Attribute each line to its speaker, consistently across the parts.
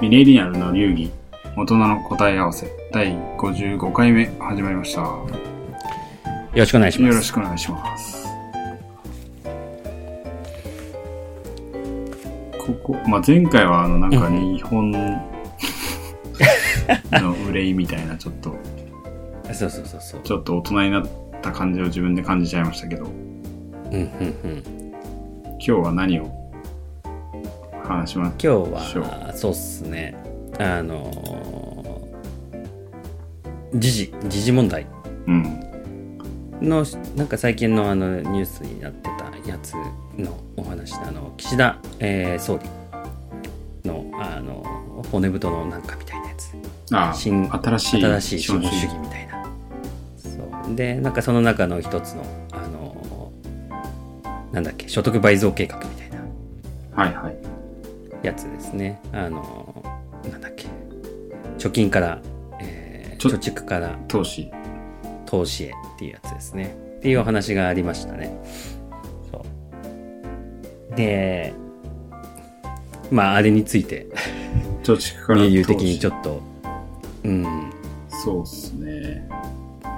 Speaker 1: ミレニアルの流儀大人の答え合わせ第55回目始まりましたよ
Speaker 2: よろしくお願いしま
Speaker 1: ろ
Speaker 2: す。
Speaker 1: しくお願いしますここ、まあ、前回はあのなんか日 本の憂いみたいなちょっと
Speaker 2: そうそうそうそう。
Speaker 1: ちょっと大人になった感じを自分で感じちゃいましたけど
Speaker 2: うんうんうん。今
Speaker 1: 今日は何を話します
Speaker 2: 日
Speaker 1: そ
Speaker 2: は、そうっすね。あのー、時事、時事問題
Speaker 1: うん
Speaker 2: の、なんか最近のあのニュースになってたやつのお話で、あの、岸田、えー総理の、あの、骨太のなんかみたいなやつ。
Speaker 1: ああ
Speaker 2: 新
Speaker 1: 新しい
Speaker 2: 新しい資
Speaker 1: 資本
Speaker 2: 本
Speaker 1: 主義
Speaker 2: 主義みたいなそうでなんかその中の一つのあのなんだっけ所得倍増計画みたいな
Speaker 1: はいはい
Speaker 2: やつですねあのなんだっけ貯金から、えー
Speaker 1: ちょ
Speaker 2: 貯蓄から
Speaker 1: 投資
Speaker 2: 投資へっていうやつですねっていうお話がありましたねそうでまああれについて
Speaker 1: 貯蓄から投資
Speaker 2: 理由的にちょっとうん
Speaker 1: そうっすね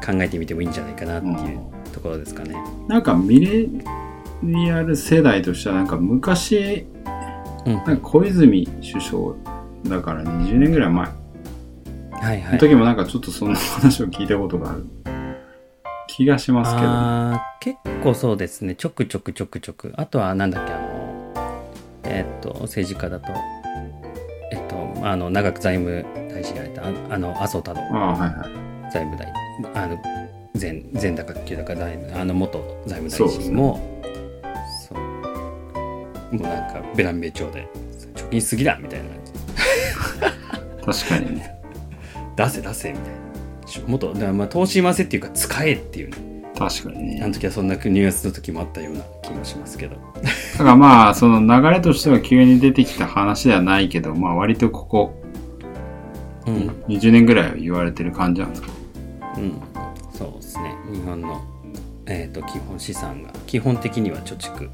Speaker 2: 考えてみてもいいんじゃないかなっていうところですかね、
Speaker 1: なんかミレニアル世代としてはなんか昔
Speaker 2: うん
Speaker 1: なんか小泉首相だから20年ぐらい前
Speaker 2: はいは
Speaker 1: の
Speaker 2: い
Speaker 1: 時もなんかちょっとそんな話を聞いたことがある気がしますけど
Speaker 2: あー結構そうですねちょくちょくちょくちょくあとはなんだっけあのえーっと政治家だとえっとあの長く財務大臣やられたああの麻生太郎
Speaker 1: ああはいはい
Speaker 2: 財務大あの前前高級高財務あの元財務
Speaker 1: そう
Speaker 2: 大
Speaker 1: です
Speaker 2: 臣
Speaker 1: ね
Speaker 2: もそうもうなんかベランベ調で貯金しすぎだみたいな
Speaker 1: 確かにね
Speaker 2: 出せ出せみたいなしもっとだからまあ投資回せっていうか使えっていうね
Speaker 1: 確かに
Speaker 2: あ
Speaker 1: ね
Speaker 2: の時はそんなニュースの時もあったような気もしますけど
Speaker 1: だからまあその流れとしては急に出てきた話ではないけどまあ割とここ
Speaker 2: うん
Speaker 1: 20年ぐらいは言われてる感じなんですか
Speaker 2: うん、そうですね日本の、えー、と基本資産が基本的には貯蓄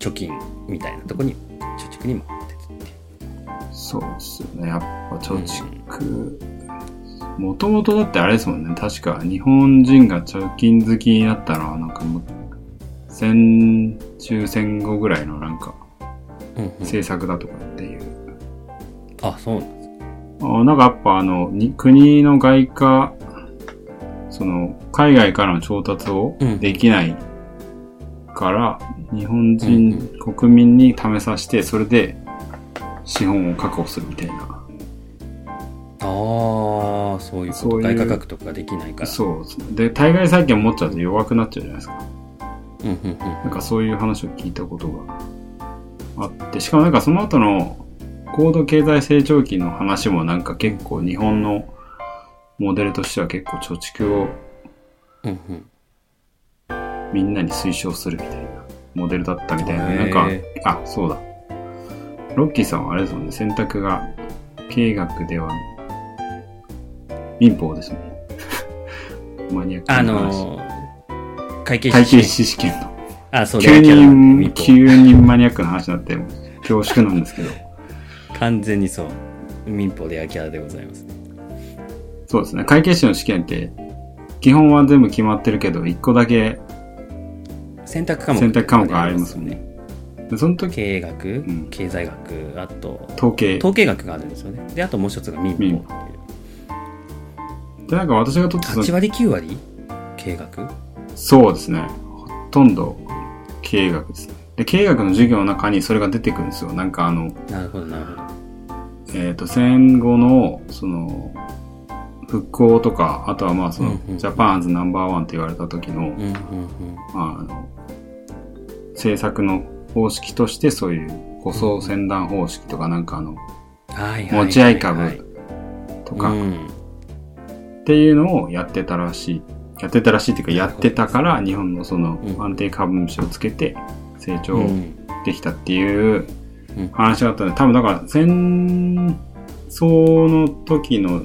Speaker 2: 貯金みたいなとこに貯蓄に回ってるっていう
Speaker 1: そうですよね。やっぱ貯蓄。もともとだってあれですもんね。確か日本人が貯金好きになったのは、なんかもう、戦中戦後ぐらいのなんか、
Speaker 2: うんうん
Speaker 1: 政策だとかっていう。
Speaker 2: あそうなんです
Speaker 1: あなんかやっぱあの、に国の外貨、その、海外からの調達を
Speaker 2: うん
Speaker 1: できないから、日本
Speaker 2: う
Speaker 1: 人、国民に試させて、それで資本を確保するみたいな。
Speaker 2: ああそういうこと
Speaker 1: そういう
Speaker 2: 外貨獲得ができないから
Speaker 1: そうですね。で、対外債券持っちゃうと弱くなっちゃうじゃないですか。
Speaker 2: うんうんうん
Speaker 1: なんかそういう話を聞いたことがあって、しかもなんかその後の高度経済成長期の話もなんか結構日本のモデルとしては結構貯蓄を
Speaker 2: うんうん
Speaker 1: みんなに推奨するみたいなモデルだったみたいな。なんか
Speaker 2: へ、
Speaker 1: あ、そうだ。ロッキーさんはあれですもんね、選択が経学では民法ですもんね。 マニアックな
Speaker 2: あ
Speaker 1: 話。
Speaker 2: のー会計
Speaker 1: 会計
Speaker 2: 士
Speaker 1: 士試験の。
Speaker 2: あそう
Speaker 1: 急
Speaker 2: だ
Speaker 1: に、
Speaker 2: けど民
Speaker 1: 急にマニアックな話になって、恐縮なんですけど。
Speaker 2: 法完全にそう民法で焼きャラでございます
Speaker 1: そうですね。会計士の試験って、基本は全部決まってるけど、一個だけ
Speaker 2: 選択科目
Speaker 1: 選択科目がありますよね。でその時、
Speaker 2: 経営学、
Speaker 1: ん
Speaker 2: 経済学あと
Speaker 1: 統計。
Speaker 2: 統計学があるんですよねであともう一つが民法ってい
Speaker 1: 民
Speaker 2: う
Speaker 1: で、なんか私が取って
Speaker 2: 8
Speaker 1: た、
Speaker 2: 割9割経営学
Speaker 1: そうですね。ほとんど、経営学ですね。で、経営学の授業の中にそれが出てくるんですよ。なんかあの、
Speaker 2: なるほどなるほど
Speaker 1: えっ、と、戦後の、その、復興とか、あとはまあその、
Speaker 2: うんうん
Speaker 1: ジャパンズナンバーワンって言われた時の、
Speaker 2: うんうん
Speaker 1: まあ、あの政策の方式としてそういう護送船団方式とかなんかあの
Speaker 2: うんはいはいはいはい
Speaker 1: 持ち合い株と
Speaker 2: う
Speaker 1: か
Speaker 2: ん
Speaker 1: っていうのをやってたらしいやってたらしいっていうかやってたから日本のその
Speaker 2: うん
Speaker 1: 安定株主をつけて成
Speaker 2: う
Speaker 1: 長
Speaker 2: ん
Speaker 1: できたっていう
Speaker 2: うん
Speaker 1: 話があったので多分だから戦争の時の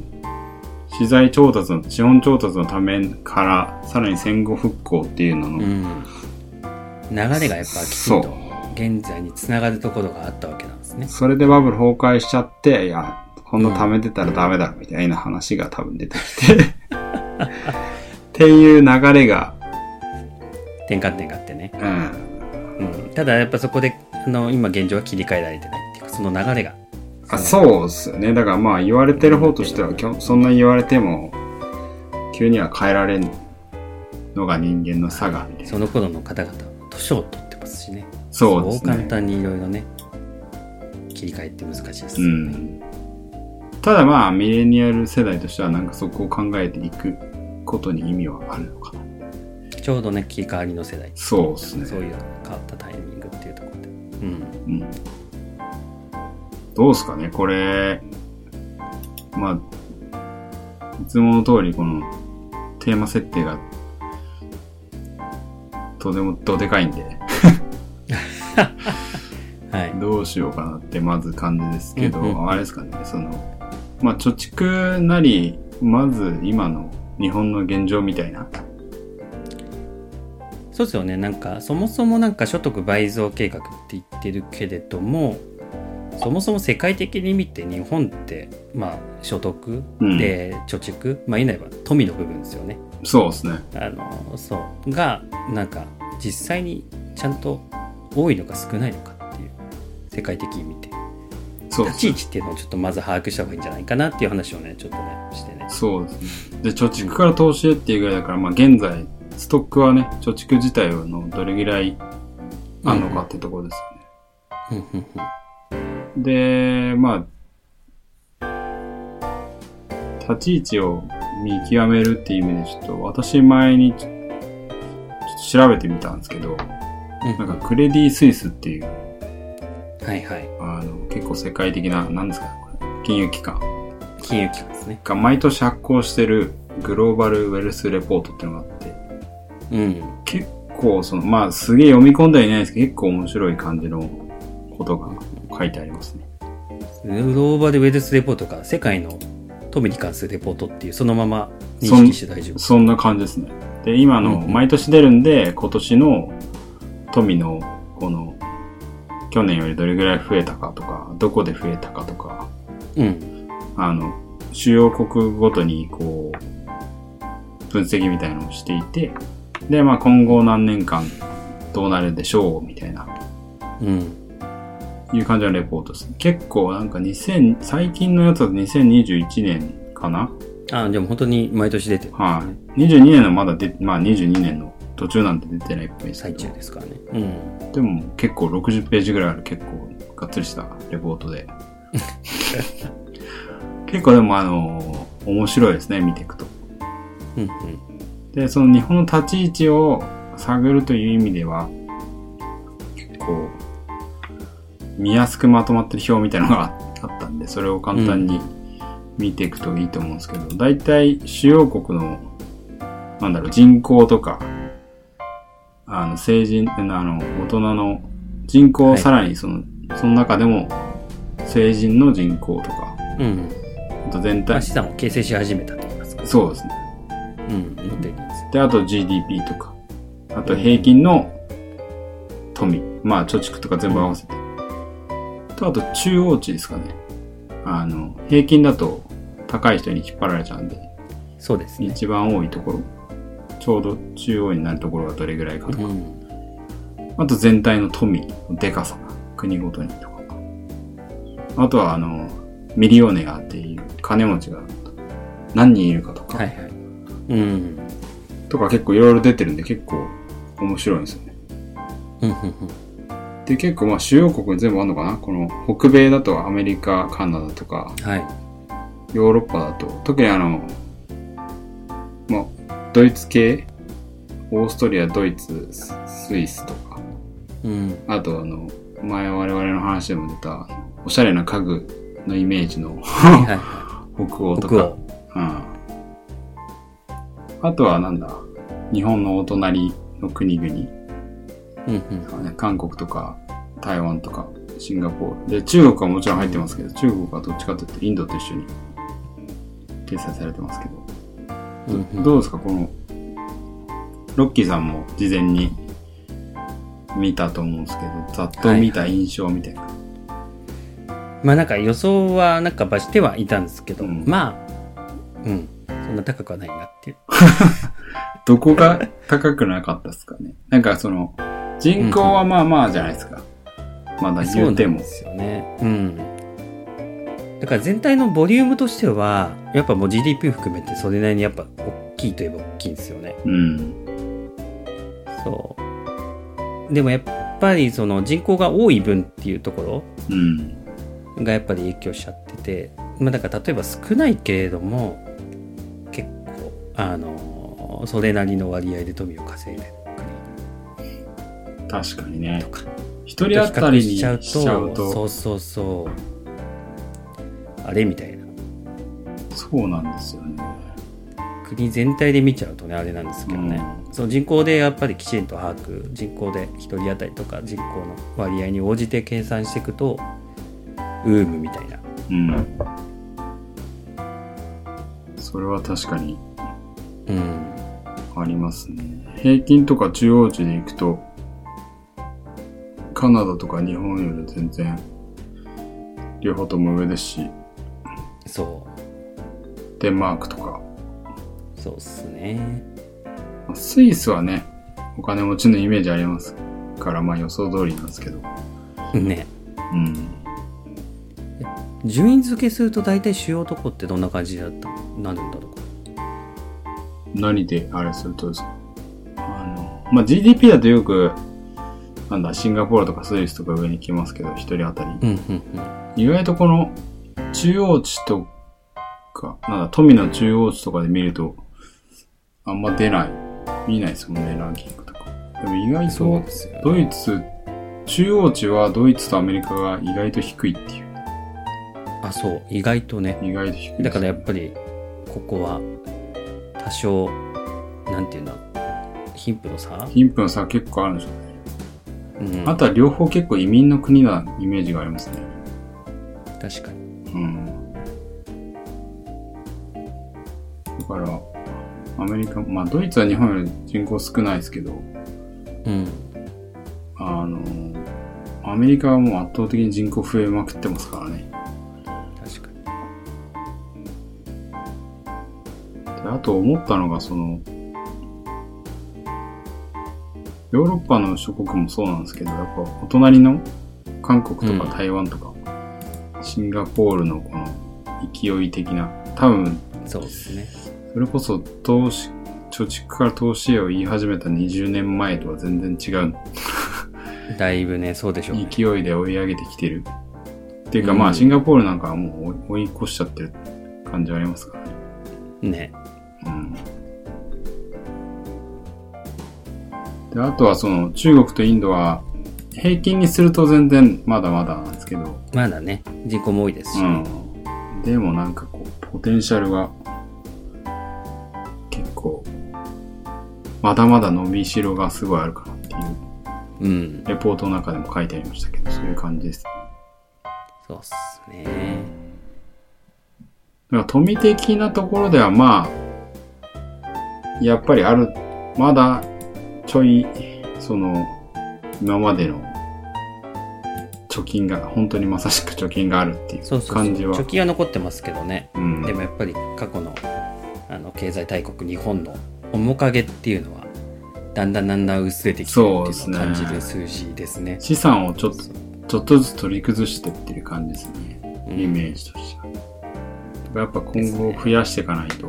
Speaker 1: 資材調達の資本調達のためからさらに戦後復興っていうのの、
Speaker 2: うん流れがやっぱきちん
Speaker 1: そう
Speaker 2: と現在につながるところがあったわけなんですね
Speaker 1: それでバブル崩壊しちゃって、いや、こんな貯めてたらダメだ、みたいな話が多分出てきて。っていう流れが、
Speaker 2: 転換点があってね、
Speaker 1: うん。
Speaker 2: うん、ただやっぱそこであの今現状は切り替えられてないっていうかその流れが
Speaker 1: あそうっすよね。だからまあ言われてる方としては、きょそんな言われても、急には変えられんのが人間の差が、みたいな
Speaker 2: その頃の方々は年を取ってますしね
Speaker 1: そうですね。
Speaker 2: 簡単にいろいろね切り替えって難しいです
Speaker 1: う
Speaker 2: よね、
Speaker 1: ん、ただまあミレニアル世代としてはなんかそこを考えていくことに意味はあるのかな
Speaker 2: ちょうどね切り替わりの世代
Speaker 1: そうですね
Speaker 2: そういう変わったタイミングっていうところでうん
Speaker 1: うん、どうですかねこれまあいつもの通りこのテーマ設定がとてもどでかいんで
Speaker 2: はい
Speaker 1: どうしようかなってまず感じですけど、
Speaker 2: うんうんうん
Speaker 1: あれですかね、その、まあ、貯蓄なり、まず今の日本の現状みたいな。
Speaker 2: そうですよねなんかそもそもなんか所得倍増計画って言ってるけれどもそもそも世界的に見て日本って、まあ、所得
Speaker 1: うん
Speaker 2: で貯蓄、まあ言えば富の部分ですよね
Speaker 1: そうですね。
Speaker 2: あのそうがなんか実際にちゃんと多いのか少ないのかっていう世界的に見て
Speaker 1: そうで
Speaker 2: 立
Speaker 1: す
Speaker 2: ち位
Speaker 1: ね。
Speaker 2: 置っていうのをちょっとまず把握した方がいいんじゃないかなっていう話をねちょっとねしてね
Speaker 1: そうですね。で、貯蓄から投資へっていうぐらいだから、まあ、現在、ストックはね、貯蓄自体はのどれぐらいあんのかってところですよね。
Speaker 2: うんうんうん
Speaker 1: で、まあ、立ち位置を見極めるっていう意味で、ちょっと私前にちょちょっと調べてみたんですけど、
Speaker 2: うんう
Speaker 1: なんんかクレディ・スイスっていう、
Speaker 2: はいはい
Speaker 1: あの、結構世界的な、なんですかね、これ金融機関
Speaker 2: 金融機関ですね
Speaker 1: が毎年発行してるグローバルウェルスレポートっていうのがあって、
Speaker 2: うん
Speaker 1: 結構その、まあすげえ読み込んではいないですけど、結構面白い感じのことが書いてありますね。
Speaker 2: グローバルウェルスレポートが世界の富に関するレポートっていうそのまま認識して大丈夫。
Speaker 1: そんな感じですね。で、今の、
Speaker 2: うんうん
Speaker 1: 毎年出るんで、今年の富の、この、去年よりどれぐらい増えたかとか、どこで増えたかとか、
Speaker 2: うん。
Speaker 1: あの、主要国ごとに、こう、分析みたいのをしていて、で、まあ今後何年間どうなるでしょう、みたいな、
Speaker 2: うん。
Speaker 1: いう感じのレポートですね。結構なんか2000、最近のやつだと2021年かな
Speaker 2: あ、でも本当に毎年出てる、
Speaker 1: はい。22年のまだ出、まあ22年の途中なんて出てないっぽいですけ
Speaker 2: 最
Speaker 1: ど
Speaker 2: 中、ですからね。うん。
Speaker 1: でも結構60ページぐらいある結構がっつりしたレポート で。結構でもあの、面白いですね、見ていくと。
Speaker 2: うんうん。
Speaker 1: で、その日本の立ち位置を探るという意味では、結構、見やすくまとまってる表みたいなのが あったんで、それを簡単に見ていくといいと思うんですけど、大体主要国の、なんだろう、人口とか、あの、成人、あの、大人の人口
Speaker 2: は
Speaker 1: を
Speaker 2: い
Speaker 1: さらにその、その中でも、成人の人口とか、
Speaker 2: うんうん。
Speaker 1: あと全
Speaker 2: まあ
Speaker 1: 体、
Speaker 2: 資産を形成し始めたと言いますか。
Speaker 1: そうですね。
Speaker 2: うん。持ってるんです。
Speaker 1: で、あと GDP とか、あと平均の富、まあ貯蓄とか全部合わせて。と、あと中央値ですかね。あの、平均だと高い人に引っ張られちゃうんで、
Speaker 2: そうですね。
Speaker 1: 一番多いところ、ちょうど中央になるところがどれぐらいかと
Speaker 2: う
Speaker 1: か、
Speaker 2: ん。
Speaker 1: あと全体の富のでかさ、国ごとにとか。あとは、あの、ミリオネアっていう金持ちが何人いるかとか、
Speaker 2: はいはい。うん。
Speaker 1: とか結構いろいろ出てるんで結構面白いんですよね。
Speaker 2: うんうんうん。
Speaker 1: で結構まあ主要国に全部あるのかなこの北米だとアメリカカナダとか
Speaker 2: はい。
Speaker 1: ヨーロッパだと特にあのまあドイツ系オーストリアドイツススイスとか
Speaker 2: うん。
Speaker 1: あとあの前我々の話でも出たあのおしゃれな家具のイメージの
Speaker 2: はいはいは
Speaker 1: 北欧
Speaker 2: い。
Speaker 1: と
Speaker 2: 北
Speaker 1: か、う
Speaker 2: 欧。
Speaker 1: ん、あとはなんだ日本のお隣の国々
Speaker 2: うんうん。
Speaker 1: 韓国とか台湾とかシンガポールで中国はもちろん入ってますけど中国はどっちかというとインドと一緒に掲載されてますけど
Speaker 2: うん
Speaker 1: どうですかこのロッキーさんも事前に見たと思うんですけどざっと見た印象みたいな、
Speaker 2: まあなんか予想はなんかばしてはいたんですけど、
Speaker 1: うん
Speaker 2: まあうんそんな高くはないなっていう
Speaker 1: どこが高くなかったですかね。なんかその、人口はまあまあじゃないですか。まだ
Speaker 2: そう
Speaker 1: 言
Speaker 2: なん
Speaker 1: うても
Speaker 2: で。すよねうんだから全体のボリュームとしてはやっぱもう GDP 含めてそれなりにやっぱ大きいといえば大きいんですよね
Speaker 1: うん。
Speaker 2: そうでもやっぱりその人口が多い分っていうところ
Speaker 1: うん。
Speaker 2: がやっぱり影響しちゃってて、まあ、だから例えば少ないけれども結構あのそれなりの割合で富を稼いでる
Speaker 1: 確かにね
Speaker 2: と。か
Speaker 1: 一人当たりにしちゃう
Speaker 2: 比較
Speaker 1: と、
Speaker 2: そうそうそうあれみたいな
Speaker 1: そうなんですよね。
Speaker 2: 国全体で見ちゃうとねあれなんですけどね、
Speaker 1: う
Speaker 2: その人口でやっぱりきちんと把握人口で1人当たりとか人口の割合に応じて計算していくとウームみたいな
Speaker 1: うん。それは確かに
Speaker 2: うん
Speaker 1: ありますね。平均とか中央値で行くと、カナダとか日本より全然、両方とも上ですし、
Speaker 2: そ
Speaker 1: デンマークとか、
Speaker 2: うそうっすね
Speaker 1: まあスイスはね、お金持ちのイメージありますから、まあ予想通りなんですけど。
Speaker 2: ね
Speaker 1: うん。
Speaker 2: 順位付けすると大体主要とこってどんな感じだったなるんだろうか
Speaker 1: 何であれするとですかあの、まあ GDP だとよく、なんだ、シンガポールとかスイスとか上に来ますけど、一人当たり。
Speaker 2: うんうんうん
Speaker 1: 意外とこの中央値とか、なんだ、富の中央値とかで見ると、あんま出ない。見ないですもんね、ランキングとか。でも意外と、
Speaker 2: すよね
Speaker 1: ドイツ、中央値はドイツとアメリカが意外と低いっていう。
Speaker 2: あそう意外とね
Speaker 1: 意外と低いです。
Speaker 2: だからやっぱりここは多少なんていうの貧富の差、
Speaker 1: 貧富の差結構あるんでしょうね。
Speaker 2: うん、
Speaker 1: あとは両方結構移民の国なイメージがありますね。
Speaker 2: 確かに
Speaker 1: うん。だから、アメリカ、まあドイツは日本より人口少ないですけど、
Speaker 2: うん
Speaker 1: あの、アメリカはもう圧倒的に人口増えまくってますからね。
Speaker 2: 確かに
Speaker 1: であと思ったのが、その、ヨーロッパの諸国もそうなんですけど、やっぱお隣の韓国と
Speaker 2: うん
Speaker 1: か台湾とか、シンガポールのこの勢い的な、多分、
Speaker 2: そうですね
Speaker 1: それこそ投資、貯蓄から投資へを言い始めた20年前とは全然違う
Speaker 2: だいぶねそうでしょうね
Speaker 1: 勢いで追い上げてきてる。っていうか、
Speaker 2: うん
Speaker 1: まあ、シンガポールなんかはもう追い越しちゃってる感じはありますからね。
Speaker 2: ね
Speaker 1: うん。で、あとはその、中国とインドは、平均にすると全然まだまだなんですけど、
Speaker 2: まだね人口も多いですし、
Speaker 1: うん。でもなんかこう、ポテンシャルが、結構、まだまだ伸びしろがすごいあるかなっていう、
Speaker 2: うん、
Speaker 1: レポートの中でも書いてありましたけど、そういう感じですね。
Speaker 2: そうっすね
Speaker 1: だから富的なところではまあ、やっぱりある、まだちょい、その、今までの貯金が、本当にまさしく貯金があるってい
Speaker 2: そう
Speaker 1: う
Speaker 2: そうそう
Speaker 1: 感じは。
Speaker 2: 貯金は残ってますけどね
Speaker 1: うん、
Speaker 2: でもやっぱり過去のあの経済大国日本の面影っていうのはだんだんだんだん薄れてきてる
Speaker 1: そうで
Speaker 2: ってい
Speaker 1: す
Speaker 2: うの
Speaker 1: ね
Speaker 2: を感じる数字ですね。
Speaker 1: 資産をちょっと、ちょっとずつ取り崩してっていう感じですね。
Speaker 2: うん
Speaker 1: イメージとしては。やっぱ今後
Speaker 2: ですね
Speaker 1: 増やしていかないと、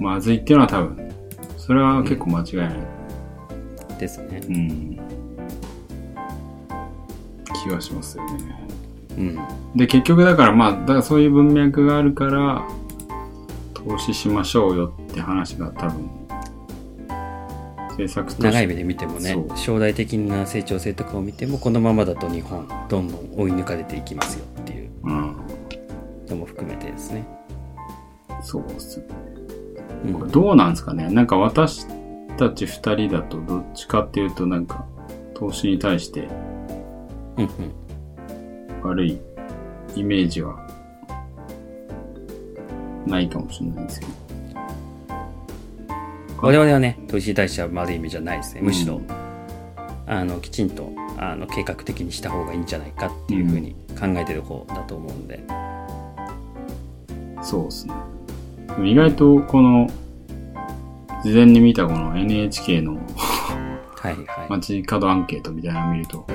Speaker 1: まずいっていうのは多分、それは結構間違いない。
Speaker 2: ですね。
Speaker 1: うん。気がしますよね。
Speaker 2: うん。
Speaker 1: で、結局だからまあ、だからそういう文脈があるから、投資しましょうよって話が多分、政策として。
Speaker 2: 長い目で見てもね
Speaker 1: そう
Speaker 2: 将来的な成長性とかを見てもこのままだと日本どんどん追い抜かれていきますよっていう
Speaker 1: うん。
Speaker 2: のも含めてですね。
Speaker 1: そうっすね。
Speaker 2: うん
Speaker 1: これどうなんですかねなんか私たち二人だとどっちかっていうとなんか、投資に対して
Speaker 2: うん
Speaker 1: 悪いイメージは、ないかもしれないですけど。
Speaker 2: 我々はね投資に対しては悪い意味じゃないですねむしろ、
Speaker 1: うん
Speaker 2: ああのきちんとあの計画的にした方がいいんじゃないかっていうふうに考えてる方だと思うんで、
Speaker 1: そうですね。でも意外とこの、事前に見たこの NHK の
Speaker 2: はいはい、
Speaker 1: 街角アンケートみたいなの見ると、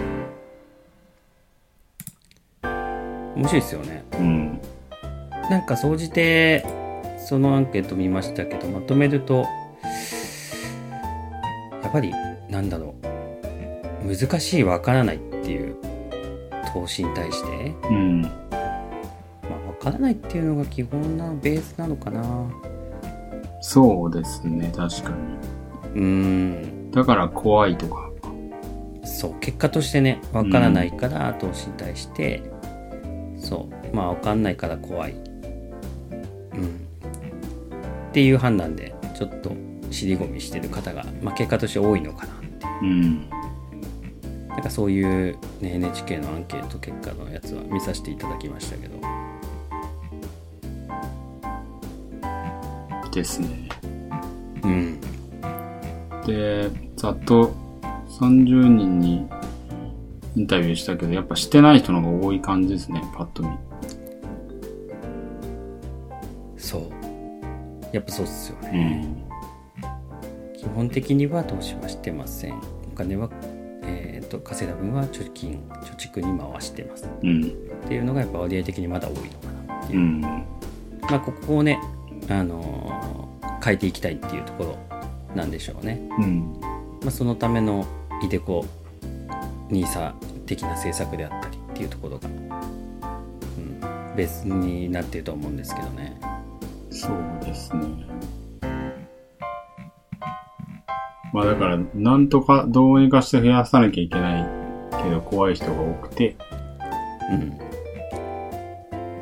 Speaker 2: 面白いですよね
Speaker 1: うん。
Speaker 2: なんか総じてそのアンケート見ましたけどまとめるとやっぱりなんだろう難しいわからないっていう投資に対して
Speaker 1: うん。
Speaker 2: まあ、分からないっていうのが基本なベースなのかなう
Speaker 1: そうですね、確かに。
Speaker 2: ーん
Speaker 1: だから怖いとか。
Speaker 2: そう結果としてね分からないから投資に対して、そうまあ分かんないから怖い、うん、っていう判断でちょっと尻込みしてる方が、まあ、結果として多いのかなってい
Speaker 1: う
Speaker 2: う
Speaker 1: ん。
Speaker 2: なんかそういう、ね、NHK のアンケート結果のやつは見させていただきましたけど
Speaker 1: ですね。
Speaker 2: うん
Speaker 1: で、ざっと30人にインタビューしたけど、やっぱしてない人の方が多い感じですね、パッと見。
Speaker 2: そうやっぱそうっすよね
Speaker 1: うん。
Speaker 2: 基本的には投資はしてませんお金は、えー、と稼いだ分は貯金貯蓄に回してます
Speaker 1: うん。
Speaker 2: っていうのがやっぱ割合的にまだ多いのかなっていうう、
Speaker 1: ん。
Speaker 2: まあここをね、あのー変えていきたいっていうところなんでしょうね、
Speaker 1: うん。
Speaker 2: まあ、そのためのイデコ NISA 的な政策であったりっていうところが、うん、ベースになっていると思うんですけどね
Speaker 1: そうですね。まあだから、なんとかどうにかして増やさなきゃいけないけど、怖い人が多くて、
Speaker 2: うん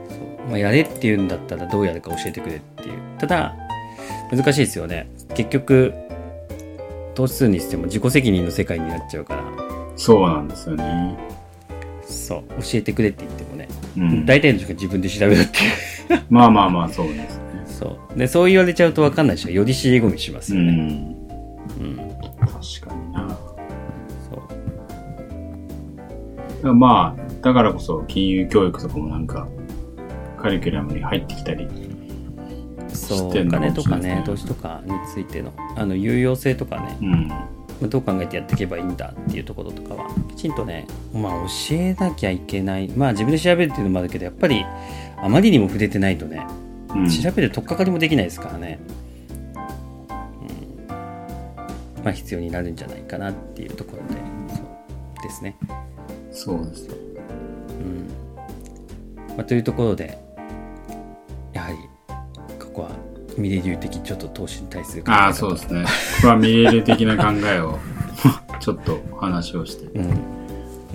Speaker 2: そうまあ、やれって言うんだったらどうやるか教えてくれっていうただ難しいですよね結局投資するにしても自己責任の世界になっちゃうから
Speaker 1: そうなんですよね。
Speaker 2: そう教えてくれって言ってもね、
Speaker 1: うん。
Speaker 2: 大体の人が自分で調べるっていう
Speaker 1: まあまあまあ、 そうですね。
Speaker 2: そうでそう言われちゃうと分かんないしより尻込みします
Speaker 1: う
Speaker 2: よね、
Speaker 1: ん。
Speaker 2: うん
Speaker 1: 確かにな。
Speaker 2: そう
Speaker 1: まあ、だからこそ金融教育とかもなんか、カリキュラムに入ってきたり。
Speaker 2: そう
Speaker 1: 知って
Speaker 2: お
Speaker 1: んの
Speaker 2: 金とかね
Speaker 1: そ
Speaker 2: 投
Speaker 1: う
Speaker 2: 資とかについてのあの有用性とかね
Speaker 1: うん。
Speaker 2: まあどう考えてやっていけばいいんだっていうところとかはきちんとね、まあ、教えなきゃいけないまあ自分で調べるっていうのもあるけどやっぱりあまりにも触れてないとね
Speaker 1: うん、
Speaker 2: 調べるとっかかりもできないですからね、うん、まあ必要になるんじゃないかなっていうところでそうですね、
Speaker 1: そうですね。
Speaker 2: うんまあ、というところでやはりここはミレ流的ちょっと投資に対する考え方
Speaker 1: ああ、そうですね。ここはミレーレ的な考えを、 ちょっと話をして、
Speaker 2: うんう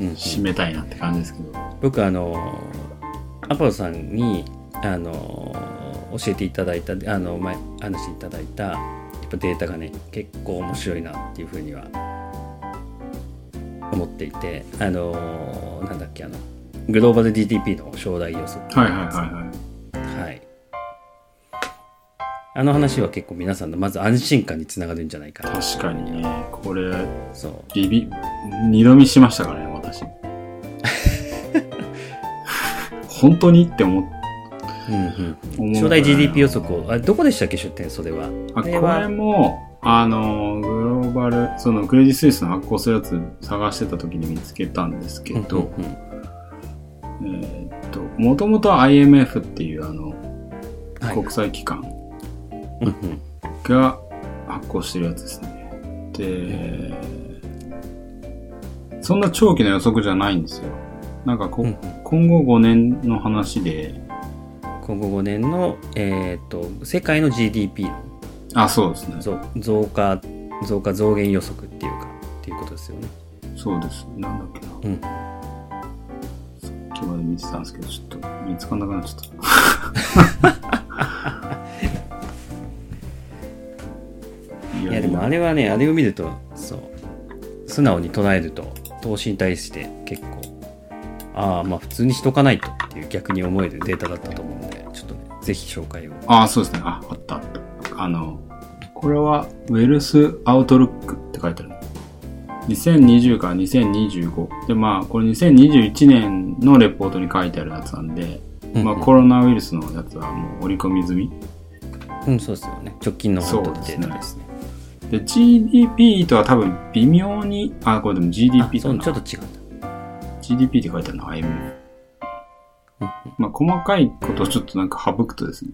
Speaker 2: ん
Speaker 1: 締めたいなって感じですけど。
Speaker 2: 僕あのアポロさんにあの教えていただいたあの前話していただいたやっぱデータがね結構面白いなっていうふうには思っていてあのなんだっけあのグローバル GDP の将来予測
Speaker 1: はいはいはいはい。
Speaker 2: はいあの話は結構皆さんのまず安心感につながるんじゃないかな
Speaker 1: 確かにね、これ、
Speaker 2: そう
Speaker 1: ビビ、二度見しましたからね、 私。本当にって思っ
Speaker 2: うん
Speaker 1: 思う
Speaker 2: う
Speaker 1: ぐ
Speaker 2: ん
Speaker 1: らい
Speaker 2: 将来 GDP 予測をあれどこでしたっけ出店それは
Speaker 1: あ、
Speaker 2: あ
Speaker 1: こ
Speaker 2: れ
Speaker 1: れ
Speaker 2: は
Speaker 1: も、あの、グローバル、そのクレディ・スイスの発行するやつ探してた時に見つけたんですけど、
Speaker 2: うんうんうん
Speaker 1: えーっと、もともと IMF っていうあの、
Speaker 2: はい
Speaker 1: 国際機関
Speaker 2: うんうん
Speaker 1: が発行してるやつですね。で、そんな長期の予測じゃないんですよ。なんかこ、
Speaker 2: うんうん
Speaker 1: 今後5年の話で、
Speaker 2: 今後5年の、えー、と世界の GDP の
Speaker 1: あ、そうですね。
Speaker 2: 増増加増加増減予測っていうかっていうことですよね。
Speaker 1: そうです。なんだっけな。
Speaker 2: うん
Speaker 1: さっきまで見てたんですけど、ちょっと見つかんなくなっちゃった。い
Speaker 2: いやでもあれはねあれを見るとそう素直に捉えると投資に対して結構ああまあ普通にしとかないとっていう逆に思えるデータだったと思うんでちょっとねぜひ紹介を
Speaker 1: ああ、そうですね。あ、あったあった。あの、これは、ウェルスアウトルックって書いてある。 2020から2025。で、まあ、これ2021年のレポートに書いてあるやつなんで、
Speaker 2: うん
Speaker 1: まあ、
Speaker 2: うん
Speaker 1: コロナウイルスのやつはもう織り込み済み。
Speaker 2: うん、そうですよね。直近の本当にデータですね。
Speaker 1: で、GDP とは多分微妙に、あ、これでも
Speaker 2: あ
Speaker 1: GDP
Speaker 2: そ
Speaker 1: か
Speaker 2: う
Speaker 1: な
Speaker 2: ちょっと違うんだ。
Speaker 1: GDP って書いてあるの、IMF。
Speaker 2: うん
Speaker 1: まあ、細かいことをちょっとなんか省くとですね、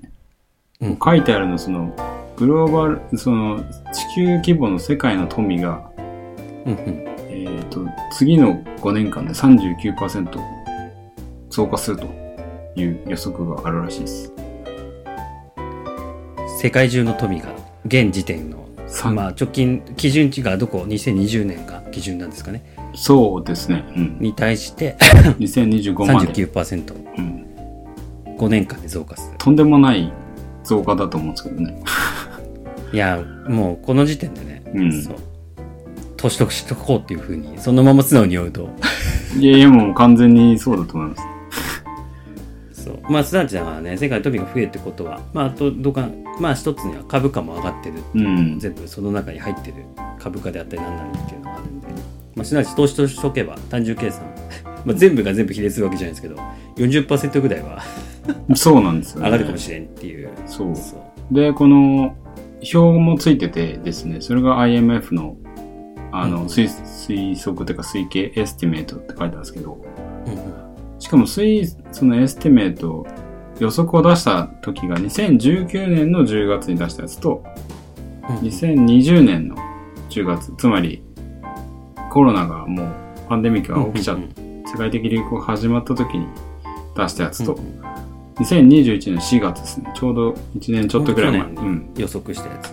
Speaker 2: うん
Speaker 1: 書いてあるの、その、グローバル、その、地球規模の世界の富が、
Speaker 2: うんうん。
Speaker 1: えっ、と、次の5年間で39%増加するという予測があるらしいです。
Speaker 2: 世界中の富が現時点の、
Speaker 1: さ
Speaker 2: まあ、直近基準値がどこ ?2020 年が基準なんですかね。
Speaker 1: そうですね。うん。
Speaker 2: に対して
Speaker 1: 2025まで。
Speaker 2: 39%、
Speaker 1: うん。
Speaker 2: 5年間で増加する。
Speaker 1: とんでもない増加だと思うんですけどね。
Speaker 2: いや、もうこの時点でね、
Speaker 1: うん
Speaker 2: そう。年得しとこうっていうふうに、そのまま素直に言うと、
Speaker 1: いやいや、もう完全にそうだと思います。
Speaker 2: そう。まあ、すなわちだからね、世界の富が増えるってことは、まあ、あと、どうか、まあ、一つには株価も上がってる
Speaker 1: うん。
Speaker 2: 全部その中に入ってる株価であったり何なんっていうのがあるんで、まあ、すなわち投資としとけば単純計算 まあ全部が全部比例するわけじゃないですけど40%ぐらいは
Speaker 1: そうなんですよ、ね。
Speaker 2: 上がるかもしれんっていう、
Speaker 1: そう。
Speaker 2: そう
Speaker 1: で、この、表もついててですね、それが IMF の、あの、
Speaker 2: うん
Speaker 1: 推推測というか推計エスティメートって書いてあるんですけど、
Speaker 2: うんうん
Speaker 1: しかも推、そのエスティメート、予測を出した時が2019年の10月に出したやつと、2020年の10月、つまりコロナがもうパンデミックが起きちゃっ
Speaker 2: う
Speaker 1: て、
Speaker 2: んうん
Speaker 1: 世界的流行が始まった時に出したやつと
Speaker 2: う、ん
Speaker 1: 2021年4月ですね、ちょうど1年ちょっとくらい前、
Speaker 2: 去
Speaker 1: う
Speaker 2: 年
Speaker 1: ん、
Speaker 2: 予測したやつ、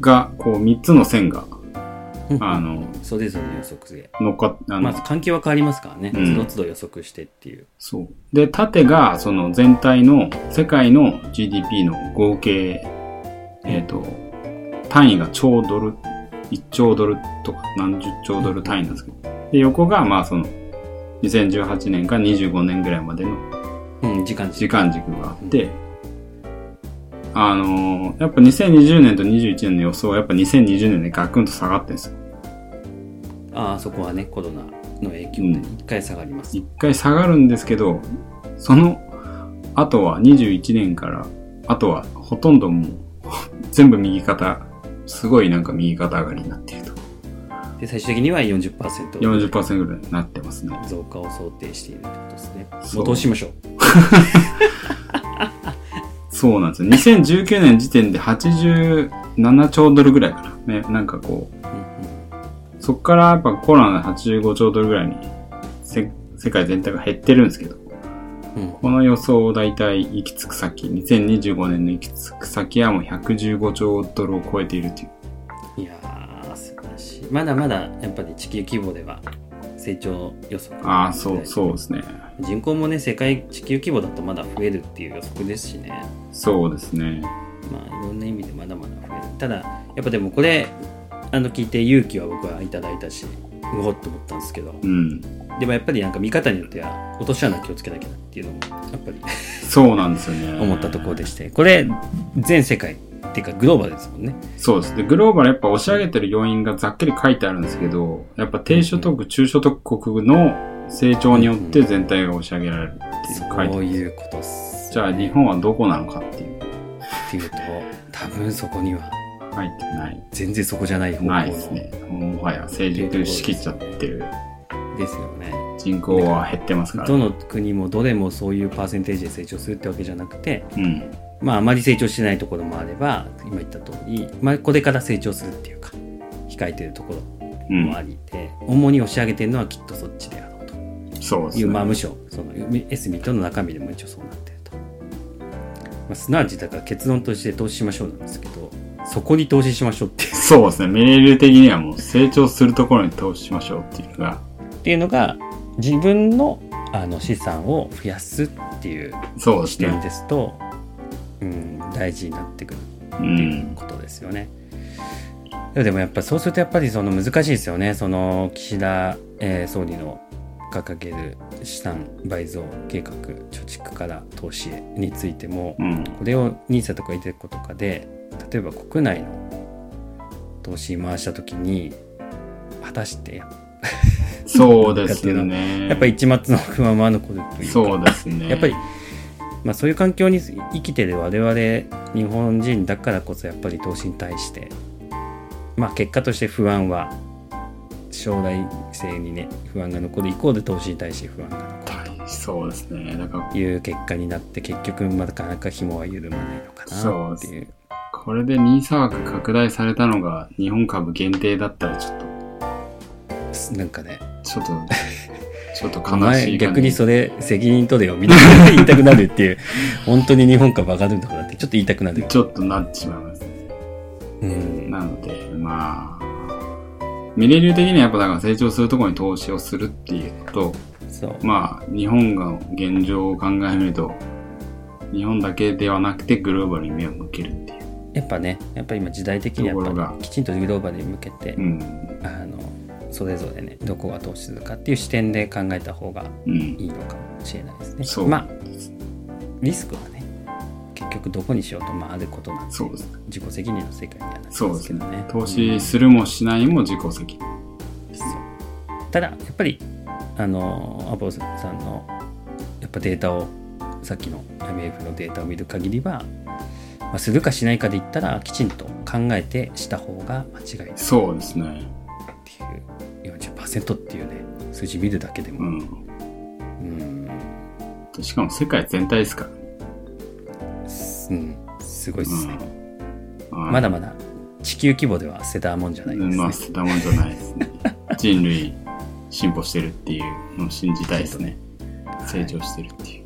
Speaker 1: が、こう3つの線が、
Speaker 2: うん
Speaker 1: あの、
Speaker 2: そうですよね予測で
Speaker 1: 乗っかっあの、
Speaker 2: まず環境は変わりますからね、
Speaker 1: うん
Speaker 2: その都度予測してっていう
Speaker 1: そう。で、縦が、その全体の、世界の GDP の合計、えっ、と、単位が兆ドル、1兆ドルとか何十兆ドル単位なんですけど。で、横が、まあその、2018年から25年ぐらいまでの
Speaker 2: うん時間
Speaker 1: 時間軸があって、あのーやっぱ2020年と21年の予想はやっぱ2020年でガクンと下がってるんですよ。
Speaker 2: ああそこはねコロナの影響で
Speaker 1: うん
Speaker 2: 一回下がります、
Speaker 1: 一回下がるんですけど、その後は21年から、あとはほとんどもう 全部右肩、すごいなんか右肩上がりになっていると。
Speaker 2: で最終的には40%
Speaker 1: 40%ぐらいになってますね。
Speaker 2: 増加を想定しているってことですね。
Speaker 1: そう
Speaker 2: もうどうしましょう。
Speaker 1: そうなんですよ。2019年時点で87兆ドルぐらいかな。ね、なんかこう、そっからやっぱコロナで85兆ドルぐらいにせ世界全体が減ってるんですけど、
Speaker 2: うんうんうん
Speaker 1: この予想を大体行き着く先、2025年の行き着く先はもう115兆ドルを超えているという。
Speaker 2: いやー、素晴らしい。まだまだやっぱり地球規模では成長予測。
Speaker 1: ああ、そう、そうですね。
Speaker 2: 人口もね、世界地球規模だとまだ増えるっていう予測ですしね。
Speaker 1: そうですね。
Speaker 2: まあ、いろんな意味でまだまだ増える。ただ、やっぱでもこれ、あの、聞いて勇気は僕はいただいたし、うおっと思ったんですけど、
Speaker 1: うん。
Speaker 2: でもやっぱりなんか見方によっては、落とし穴気をつけなきゃなっていうのも、やっぱり
Speaker 1: そうなんですよね。
Speaker 2: 思ったところでして、これ、全世界っていうかグローバルですもんね。
Speaker 1: そうです。で、グローバルやっぱ押し上げてる要因がざっくり書いてあるんですけど、やっぱ低所得、中所得国の成長によって全体が押し上げられるっていう書いて
Speaker 2: そういうことっす。
Speaker 1: じゃあ日本はどこなのかっていう
Speaker 2: っていうと、多分そこには、
Speaker 1: 書いてない。
Speaker 2: 全然そこじゃない方向の。
Speaker 1: ないですね。もはや政治という仕切っちゃってる。
Speaker 2: ですよね。
Speaker 1: 人口は減ってますから
Speaker 2: ど。の国もどれもそういうパーセンテージで成長するってわけじゃなくて、
Speaker 1: うん。
Speaker 2: まああまり成長してないところもあれば、今言った通り、まあこれから成長するっていうか、控えてるとこ
Speaker 1: う
Speaker 2: ろも
Speaker 1: ん。
Speaker 2: ありで、主に押し上げてるのはきっとそっちであろうと
Speaker 1: そうで
Speaker 2: い
Speaker 1: す
Speaker 2: う、まあ
Speaker 1: ね。
Speaker 2: むしろ、そのエスミットの中身でも一応そうなってると。まあ、すなわちだから結論として投資しましょうなんですけど、そこに投資しましょうっていう
Speaker 1: そうですね。メレール的にはもう成長するところに投資しましょうっていうのが、
Speaker 2: っていうのが自分のあの資産を増やすっていう
Speaker 1: そうで
Speaker 2: 視
Speaker 1: す
Speaker 2: 点
Speaker 1: ね。
Speaker 2: ですと、うん、大事になってくる
Speaker 1: う。
Speaker 2: っていうんことですよね。でもやっぱそうするとやっぱりその難しいですよねその岸田、えー総理の掲げる資産倍増計画貯蓄から投資へについても
Speaker 1: うん。
Speaker 2: これを NISA とか iDeCo とかで例えば国内の投資に回した時にたしてや
Speaker 1: そうです
Speaker 2: なん
Speaker 1: ね。
Speaker 2: っぱ一抹の不安は残るというか
Speaker 1: そうですね。
Speaker 2: やっぱり、まあ、そういう環境に生きてる我々日本人だからこそやっぱり投資に対して、まあ、結果として不安は将来性にね不安が残るイコール投資に対して不安が残る
Speaker 1: 大そうですね。だから、
Speaker 2: という結果になって結局まだなかなか紐は緩まないのかなっていう
Speaker 1: これで NISA が拡大されたのが日本株限定だったらちょっと、
Speaker 2: なんかね
Speaker 1: ちょっと、ちょっ
Speaker 2: お
Speaker 1: と悲し
Speaker 2: 前
Speaker 1: い感
Speaker 2: 逆
Speaker 1: じ。
Speaker 2: にそれ責任取れよみたいな言いたくなるっていう本当に日本株上がるんだからってちょっと言いたくなる、
Speaker 1: ちょっとなってしまいます。
Speaker 2: うん、
Speaker 1: なので、まあ、ミレリュー的にはやっぱだから成長するところに投資をするっていうこと
Speaker 2: そう
Speaker 1: まあ、日本が現状を考えると、日本だけではなくてグローバルに目を向けるっていう。
Speaker 2: やっぱねやっぱり今時代的にや
Speaker 1: とこ
Speaker 2: っ
Speaker 1: ろ
Speaker 2: ぱ
Speaker 1: が
Speaker 2: りきちんとグローバルに向けて、
Speaker 1: うん。
Speaker 2: あのそれぞれねどこが投資するかっていう視点で考えた方が
Speaker 1: うん。
Speaker 2: いいのかもしれないですね
Speaker 1: そう
Speaker 2: まあリスクはね結局どこにしようとまああることなんで
Speaker 1: そうですね。
Speaker 2: 自己責任の世界にはなりま
Speaker 1: そうですす
Speaker 2: けどね
Speaker 1: ね。投資するもしないも自己責任。
Speaker 2: そうただやっぱりあのアポロさんのやっぱデータをさっきの IMF のデータを見る限りは、まあ、するかしないかで言ったらきちんと考えてした方が間違いない
Speaker 1: そうですね。
Speaker 2: っていう40%っていうね数字見るだけで
Speaker 1: う
Speaker 2: も、
Speaker 1: ん。
Speaker 2: うん
Speaker 1: でしかも世界全体ですから。
Speaker 2: すうんすごいですね、
Speaker 1: うん。はい
Speaker 2: まだまだ地球規模では捨てたもんじゃないですね、
Speaker 1: まあ、捨てたもんじゃないですね。人類進歩してるっていうのを信じたいですね。成長してるってい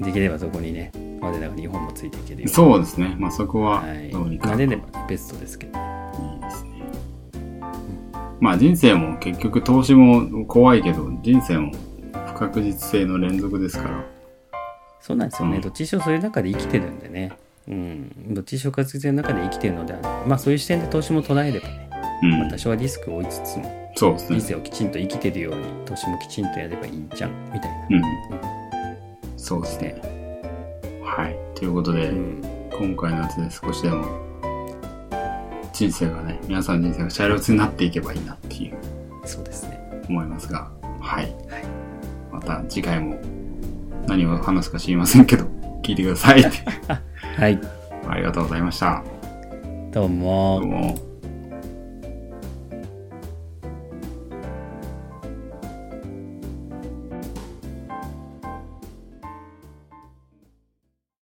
Speaker 1: う。
Speaker 2: できればそこにね我らが日本もついていけるよう
Speaker 1: そうですね。まあ、そこ
Speaker 2: に
Speaker 1: は
Speaker 2: はい
Speaker 1: どうにか。
Speaker 2: 慣れればベストですけどね
Speaker 1: いいですね。まあ人生も結局投資も怖いけど、人生も不確実性の連続ですから。
Speaker 2: そうなんですよね、
Speaker 1: うん
Speaker 2: どっちにしろそういう中で生きてるんでねうんどっちにしろ活性の中で生きてるのであればまあそういう視点で投資も捉えればね
Speaker 1: うん。
Speaker 2: まあ多少はリスクを負いつつも
Speaker 1: そうです
Speaker 2: 人
Speaker 1: ね。
Speaker 2: 生をきちんと生きてるように投資もきちんとやればいいじゃんみたいな、
Speaker 1: うん。そうですね。はい。ということで、
Speaker 2: うん
Speaker 1: 今回のやつで少しでも、人生がね、皆さんの人生がシャレオツになっていけばいいなっていう
Speaker 2: そうですね
Speaker 1: 思いますが、はい。
Speaker 2: はい
Speaker 1: また次回も何を話すか知りませんけど、聞いてください。
Speaker 2: はい
Speaker 1: ありがとうございました。
Speaker 2: どうも
Speaker 1: どうも。